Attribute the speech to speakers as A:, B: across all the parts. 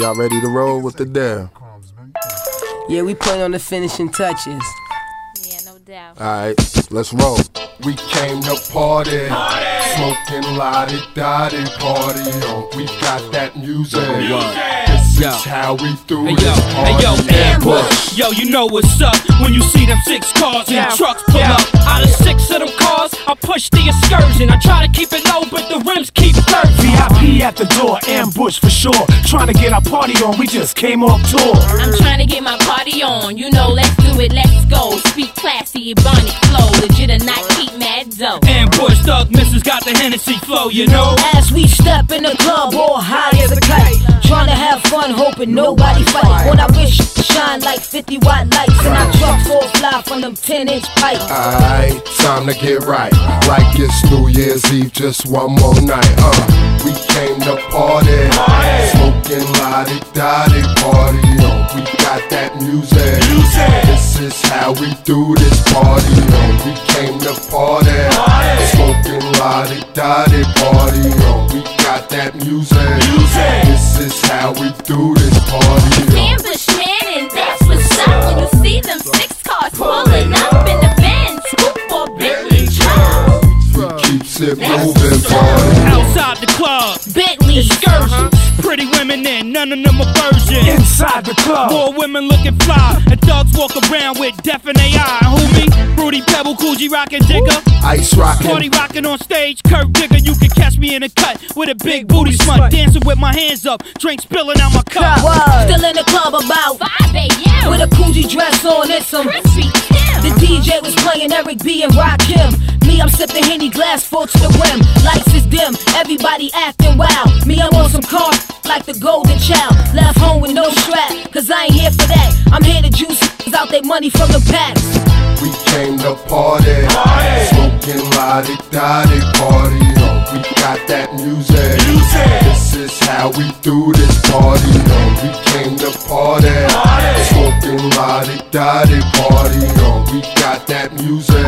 A: Y'all ready to roll with the dab?
B: Yeah, we putting on the finishing touches.
C: Yeah, no doubt.
A: Alright, let's roll. We came to party, smoking lotty dotty party. on. we got that music. This
D: Yo.
A: is how we do
D: Hey
A: this
D: yo, hey yo,
A: party.
D: ambush. Yo, you know what's up when you see them six cars and
E: Yeah.
D: trucks pull
E: Yeah.
D: up. Out of six of them cars, I push the excursion. I try to keep it low, but the rims keep curving.
E: VIP at the door, ambush for sure. Trying to get our party on, we just came off tour.
C: I'm trying to get my party on. You know, let's do it, let's go. Speak classy, Ebonic flow. Legit or not, keep mad dough.
D: Ambush thug missus got the Hennessy flow, you know.
F: As we step in the club, all high as a kite. Tryna have fun, hoping nobody fight. When I wish shine like 50 watt lights, and our trucks all fly from them 10 inch pipes.
A: Alright, time to get right. Like it's New Year's Eve, just one more night. Uh, we came to party, smoking lotty dotty party. Oh, we got that music. This is how we do this party. Oh, we came to party, smoking lotty dotty party. Oh, we got that music. This is how we do this party. Oh,
C: Ambushman, and that's what's up. When you see them six cars pulling up in the van, scoop or Bentley truck.
A: keeps it moving, party.
D: Outside the club,
C: Bentley
D: excursions. Pretty women in, none of them are virgins.
E: Inside the club,
D: More women looking fly, and thugs walk around with death in their eye. Homie, Rudy Pebble, Coogee rockin' Jigger.
A: Ice rocking.
D: Party rocking on stage, Kurt Digger, you can catch me in a cut with a big booty smut. Dancing with my hands up, drink spilling out my cup.
F: Still in the club about
C: Bobby,
F: Uh-huh. with
C: yeah,
F: a Coogee dress on and some.
C: crispy,
F: The
C: yeah.
F: DJ was playing Eric B and Rakim. Me, I'm sipping Henny glass full to the rim. Lights is dim, everybody acting wild. Me, I'm on some car like the golden child. Left home with no strap, cause I ain't here for that. I'm here to juice out their money from the packs.
A: We came to party, smoking lotty dotty party. Oh, we got that music. This is how we do this party. Oh, we came to party, smoking lotty dotty party. Oh, we got that music.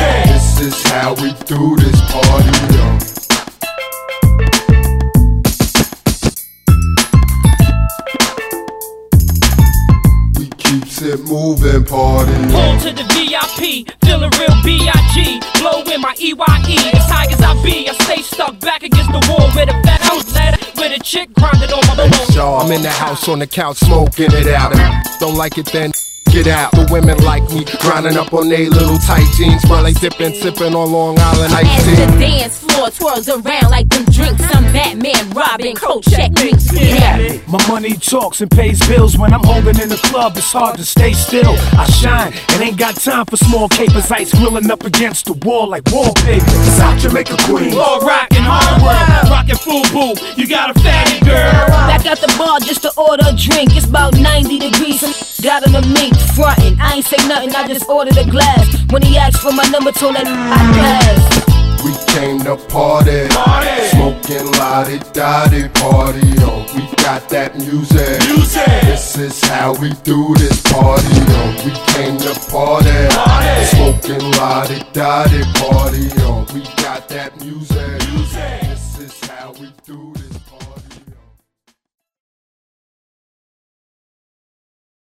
A: This is how we do this party. Oh. We keeps it moving, party.
D: Pull to the VIP, feeling real B.I.G. Blow in my EYE, as high as I be. I stay stuck back against the wall with a fat house ladder, with a chick grinding on my
A: Hey,
D: below.
A: y'all, I'm in the house on the couch smoking it out. If Don't like it then get out. The women like me grinding up on they little tight jeans while they dipping, sipping on Long Island
C: As
A: iced
C: the
A: tea.
C: dance floor twirls around like them drinks, I'm Batman, Robin, Crow, checkmates, get at it.
E: my money talks and pays bills. When I'm holding in the club, it's hard to stay still. I shine and ain't got time for small capers. Ice grilling up against the wall like wallpaper. South Jamaica Queen.
D: All rockin' hard work, rockin' full boo. You got a fatty girl.
F: Back out the bar just to order a drink. It's about 90 degrees. Some got on the mink, frontin'. I ain't say nothing, I just ordered a glass. When he asked for my number, told that I passed.
A: We came to party, smoking lotty dotty party. Oh, we got that music. This is how we do this party. Oh, we came to party, smoking lotty dotty party. Oh, we got that music. This is how we do this.